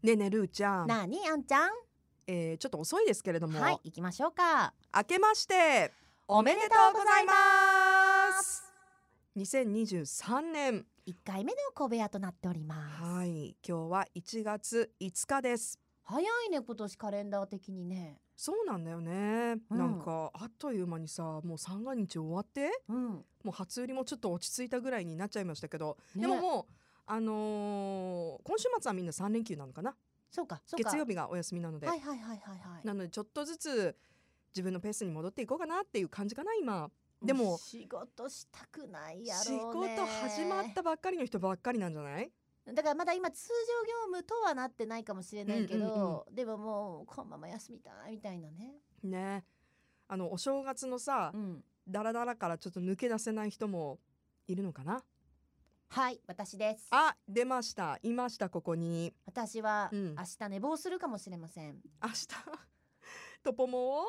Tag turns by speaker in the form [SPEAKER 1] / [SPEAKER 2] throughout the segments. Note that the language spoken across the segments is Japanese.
[SPEAKER 1] ねえねえるーちゃん、
[SPEAKER 2] なあにあんちゃん
[SPEAKER 1] えー、ちょっと遅いですけれども、
[SPEAKER 2] はい行きましょうか
[SPEAKER 1] 明けまして
[SPEAKER 2] お
[SPEAKER 1] おめでとうございます2023年
[SPEAKER 2] 一回目の小部屋となっております、
[SPEAKER 1] はい今日は1月5日です
[SPEAKER 2] 早いね今年カレンダー的にね
[SPEAKER 1] そうなんだよね、
[SPEAKER 2] うん
[SPEAKER 1] なんかあっという間にさもう三が日終わって
[SPEAKER 2] うん、
[SPEAKER 1] もう初売りもちょっと落ち着いたぐらいになっちゃいましたけど、
[SPEAKER 2] ね
[SPEAKER 1] でももうあのー今週末はみんな3連休なのかな
[SPEAKER 2] そうかそうか
[SPEAKER 1] 月曜日がお休みなので、
[SPEAKER 2] はいはいはいはいはい
[SPEAKER 1] なのでちょっとずつ自分のペースに戻っていこうかなっていう感じかな今でも
[SPEAKER 2] 仕事したくないや
[SPEAKER 1] 仕
[SPEAKER 2] ろう
[SPEAKER 1] 事
[SPEAKER 2] ね
[SPEAKER 1] 始まったばっかりの人ばっかりなんじゃない
[SPEAKER 2] だからまだ今通常業務とはなってないかもしれないけ
[SPEAKER 1] うんうん
[SPEAKER 2] ど、でももうこのまま休みたいみたいなね
[SPEAKER 1] ねあのお正月のさ
[SPEAKER 2] うん
[SPEAKER 1] ダラダラからちょっと抜け出せない人もいるのかな
[SPEAKER 2] はい私です
[SPEAKER 1] あ出ましたいましたここに
[SPEAKER 2] 私は
[SPEAKER 1] うん
[SPEAKER 2] 明日寝坊するかもしれません、
[SPEAKER 1] 明日 トポモ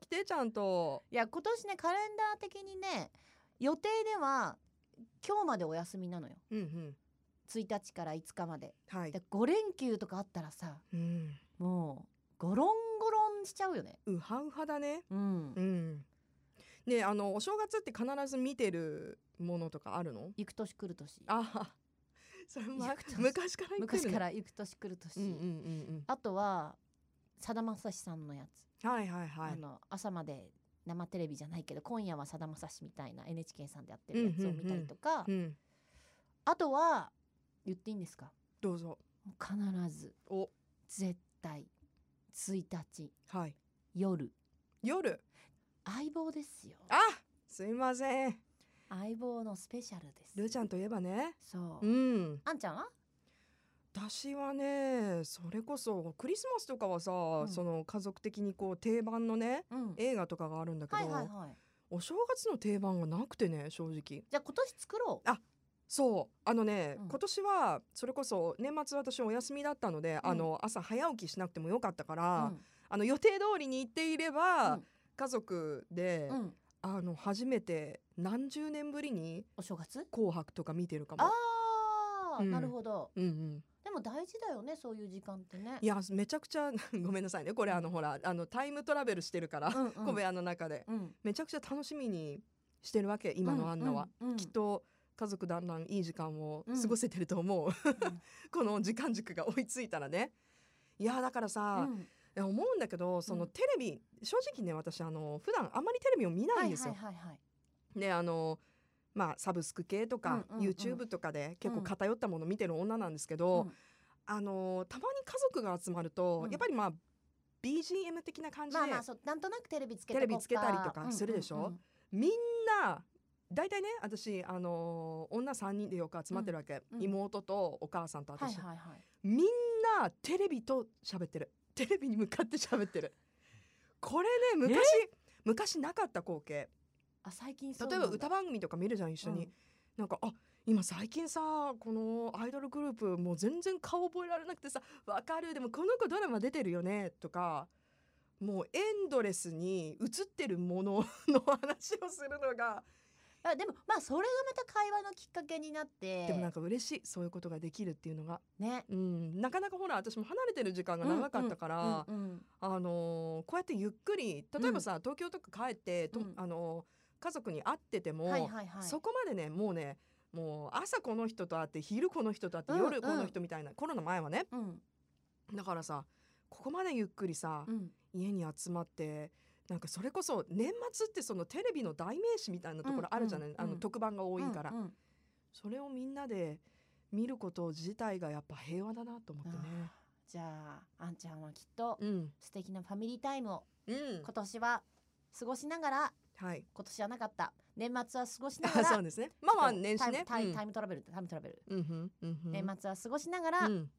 [SPEAKER 1] 起きてちゃんと
[SPEAKER 2] いや今年ねカレンダー的にね予定では今日までお休みなのよ
[SPEAKER 1] うんうん
[SPEAKER 2] 1日から5日まで
[SPEAKER 1] はい
[SPEAKER 2] で5連休とかあったらさ
[SPEAKER 1] うん
[SPEAKER 2] もうゴロンゴロンしちゃうよね
[SPEAKER 1] うはうはだね
[SPEAKER 2] うん
[SPEAKER 1] うんねあのお正月って必ず見てるものとかあるの
[SPEAKER 2] 行く年来る年
[SPEAKER 1] あそれも
[SPEAKER 2] いやちょっと
[SPEAKER 1] 昔から言ってるね
[SPEAKER 2] 昔から行く年来る年、
[SPEAKER 1] うんうんうん
[SPEAKER 2] あとはさだまさしさんのやつ、
[SPEAKER 1] うんはいはいはい
[SPEAKER 2] あの朝まで生テレビじゃないけど今夜はさだまさしみたいな NHK さんでやってるやつを見たりとか、
[SPEAKER 1] うん
[SPEAKER 2] あとは言っていいんですか
[SPEAKER 1] どうぞ
[SPEAKER 2] もう必ず
[SPEAKER 1] お
[SPEAKER 2] 絶対1日
[SPEAKER 1] はい
[SPEAKER 2] 夜
[SPEAKER 1] 夜
[SPEAKER 2] 相棒ですよ
[SPEAKER 1] あすいません
[SPEAKER 2] 相棒のスペシャルです
[SPEAKER 1] ルーちゃんといえばね
[SPEAKER 2] そう、
[SPEAKER 1] うん
[SPEAKER 2] あんちゃんは
[SPEAKER 1] 私はねそれこそクリスマスとかはさ、
[SPEAKER 2] ん
[SPEAKER 1] その家族的にこう定番のね
[SPEAKER 2] うん
[SPEAKER 1] 映画とかがあるんだけ
[SPEAKER 2] は
[SPEAKER 1] ど、
[SPEAKER 2] いはいはい
[SPEAKER 1] お正月の定番がなくてね正直
[SPEAKER 2] じゃあ今年作ろう
[SPEAKER 1] あそうあのね、
[SPEAKER 2] うん
[SPEAKER 1] 今年はそれこそ年末私お休みだったので、あの朝早起きしなくてもよかったから、あの予定通りに行っていれば、
[SPEAKER 2] うん
[SPEAKER 1] 家族で、
[SPEAKER 2] うん、うん、
[SPEAKER 1] あの初めて何十年ぶりに
[SPEAKER 2] お正
[SPEAKER 1] 「
[SPEAKER 2] 月
[SPEAKER 1] 紅白」とか見てるかも
[SPEAKER 2] あ。あ、
[SPEAKER 1] うん
[SPEAKER 2] なるほど
[SPEAKER 1] うんうん、
[SPEAKER 2] でも大事だよねそういう時間ってね
[SPEAKER 1] いやめちゃくちゃ ごめんなさいねこれあのほらあのタイムトラベルしてるから、
[SPEAKER 2] うんうん
[SPEAKER 1] 小部屋の中で
[SPEAKER 2] うん、
[SPEAKER 1] めちゃくちゃ楽しみにしてるわけ今のアンナは、
[SPEAKER 2] うん、うん
[SPEAKER 1] きっと家族だんだんいい時間を過ごせてると思う、 この時間軸が追いついたらねいやだから
[SPEAKER 2] うん
[SPEAKER 1] さ、
[SPEAKER 2] うん
[SPEAKER 1] いや思うんだけどそうの
[SPEAKER 2] ん
[SPEAKER 1] テレビ、正直ね私あの普段あまりテレビを見な
[SPEAKER 2] はいい
[SPEAKER 1] んです
[SPEAKER 2] は
[SPEAKER 1] よ
[SPEAKER 2] い。はいはい
[SPEAKER 1] であのまあサブスク系とか、
[SPEAKER 2] うんうんうん
[SPEAKER 1] YouTube とかで結構偏ったもの見てる女なんですけど、
[SPEAKER 2] うん
[SPEAKER 1] あのたまに家族が集まると、
[SPEAKER 2] うん
[SPEAKER 1] やっぱりまあ BGM 的な感じで、
[SPEAKER 2] まあまあそうなんとなくテレビつけ
[SPEAKER 1] テレビ
[SPEAKER 2] こっか
[SPEAKER 1] つけたりとかするでしょ
[SPEAKER 2] うんうんうん
[SPEAKER 1] みんな大体ね私あの女3人でよく集まってるわけ、
[SPEAKER 2] うんうん
[SPEAKER 1] 妹とお母さんと
[SPEAKER 2] はい
[SPEAKER 1] 私、
[SPEAKER 2] はいはい
[SPEAKER 1] みんなテレビと喋ってるテレビに向かって喋ってるこれね昔昔なかった光景
[SPEAKER 2] あ最近そう
[SPEAKER 1] 例えば歌番組とか見るじゃん一緒に、なんかあ今最近さこのアイドルグループもう全然顔覚えられなくてさ「わかるでもこの子ドラマ出てるよね」とかもうエンドレスに映ってるものの話をするのが
[SPEAKER 2] あでもまあそれがまた会話のきっかけになって
[SPEAKER 1] でもなんか嬉しいそういうことができるっていうのが、
[SPEAKER 2] ね
[SPEAKER 1] うん、なかなかほら私も離れてる時間が長かったから、
[SPEAKER 2] うんうん
[SPEAKER 1] あのーこうやってゆっくり例えばさ、東京とか帰ってと、
[SPEAKER 2] うん
[SPEAKER 1] あのー家族に会ってても、
[SPEAKER 2] うんはいはいはい
[SPEAKER 1] そこまでねもうねもう朝この人と会って昼この人と会って
[SPEAKER 2] うん
[SPEAKER 1] 夜この人みたいな、コロナ前はね
[SPEAKER 2] うん
[SPEAKER 1] だからさここまでゆっくりさ、
[SPEAKER 2] うん
[SPEAKER 1] 家に集まってなんかそれこそ年末ってそのテレビの代名詞みたいなところあるじゃない、
[SPEAKER 2] うんうん
[SPEAKER 1] あの
[SPEAKER 2] うん
[SPEAKER 1] 特番が多いから、
[SPEAKER 2] うんうん
[SPEAKER 1] それをみんなで見ること自体がやっぱ平和だなと思ってね。
[SPEAKER 2] あーじゃああんちゃんはきっと
[SPEAKER 1] うん、
[SPEAKER 2] 素敵なファミリータイムを
[SPEAKER 1] うん
[SPEAKER 2] 今、年は過ごしながら
[SPEAKER 1] はい
[SPEAKER 2] 今年はなかった年末は過ごしなが
[SPEAKER 1] あ
[SPEAKER 2] ら
[SPEAKER 1] そうですねまあまあ年始ね
[SPEAKER 2] タイ
[SPEAKER 1] う
[SPEAKER 2] ム
[SPEAKER 1] ん
[SPEAKER 2] タイムトラベルタイムトラベル、
[SPEAKER 1] うんふんうんふん
[SPEAKER 2] 年末は過ごしながら、
[SPEAKER 1] うん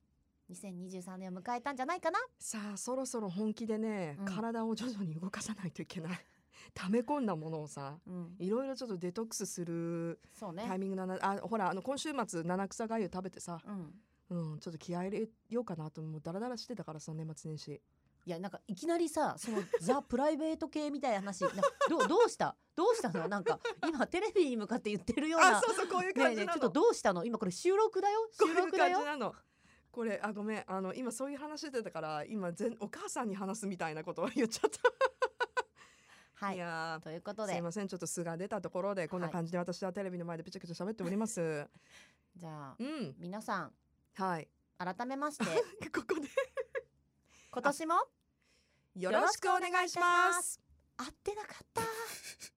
[SPEAKER 2] 2023年を迎えたんじゃないかな
[SPEAKER 1] さあそろそろ本気でね、
[SPEAKER 2] うん
[SPEAKER 1] 体を徐々に動かさないといけない 溜め込んだものをさ
[SPEAKER 2] うん
[SPEAKER 1] いろいろちょっとデトックスする
[SPEAKER 2] そうね
[SPEAKER 1] タイミングだな、あほらあの今週末七草がゆ食べてさ、
[SPEAKER 2] うん
[SPEAKER 1] うん、ちょっと気合い入れようかなともうダラダラしてたからさ年末年始
[SPEAKER 2] いやなんかいきなりさそのザ・プライベート系みたいな話なんかどうどうしたどうしたのなんか今テレビに向かって言ってるような
[SPEAKER 1] あそうそうこういう
[SPEAKER 2] ね
[SPEAKER 1] 感
[SPEAKER 2] え
[SPEAKER 1] じ
[SPEAKER 2] ねえ
[SPEAKER 1] な
[SPEAKER 2] ちょっ
[SPEAKER 1] の、
[SPEAKER 2] とどうしたの今これ収録だよ
[SPEAKER 1] こ
[SPEAKER 2] 収
[SPEAKER 1] ういう
[SPEAKER 2] 録だ
[SPEAKER 1] 感じ
[SPEAKER 2] よ
[SPEAKER 1] なのこれあごめんあの今そういう話してたから今全お母さんに話すみたいなことを言っちゃった。、
[SPEAKER 2] はいい。
[SPEAKER 1] や
[SPEAKER 2] ということ
[SPEAKER 1] ーすい
[SPEAKER 2] で、
[SPEAKER 1] ませんちょっと素が出たところでこんな感じで私はテレビの前でぺちゃくちゃ喋っております。
[SPEAKER 2] じゃあ、
[SPEAKER 1] うん
[SPEAKER 2] 皆さん、
[SPEAKER 1] はい
[SPEAKER 2] 改め まして、
[SPEAKER 1] ここで
[SPEAKER 2] 今年も
[SPEAKER 1] よろしくお願いします。
[SPEAKER 2] 会ってなかった。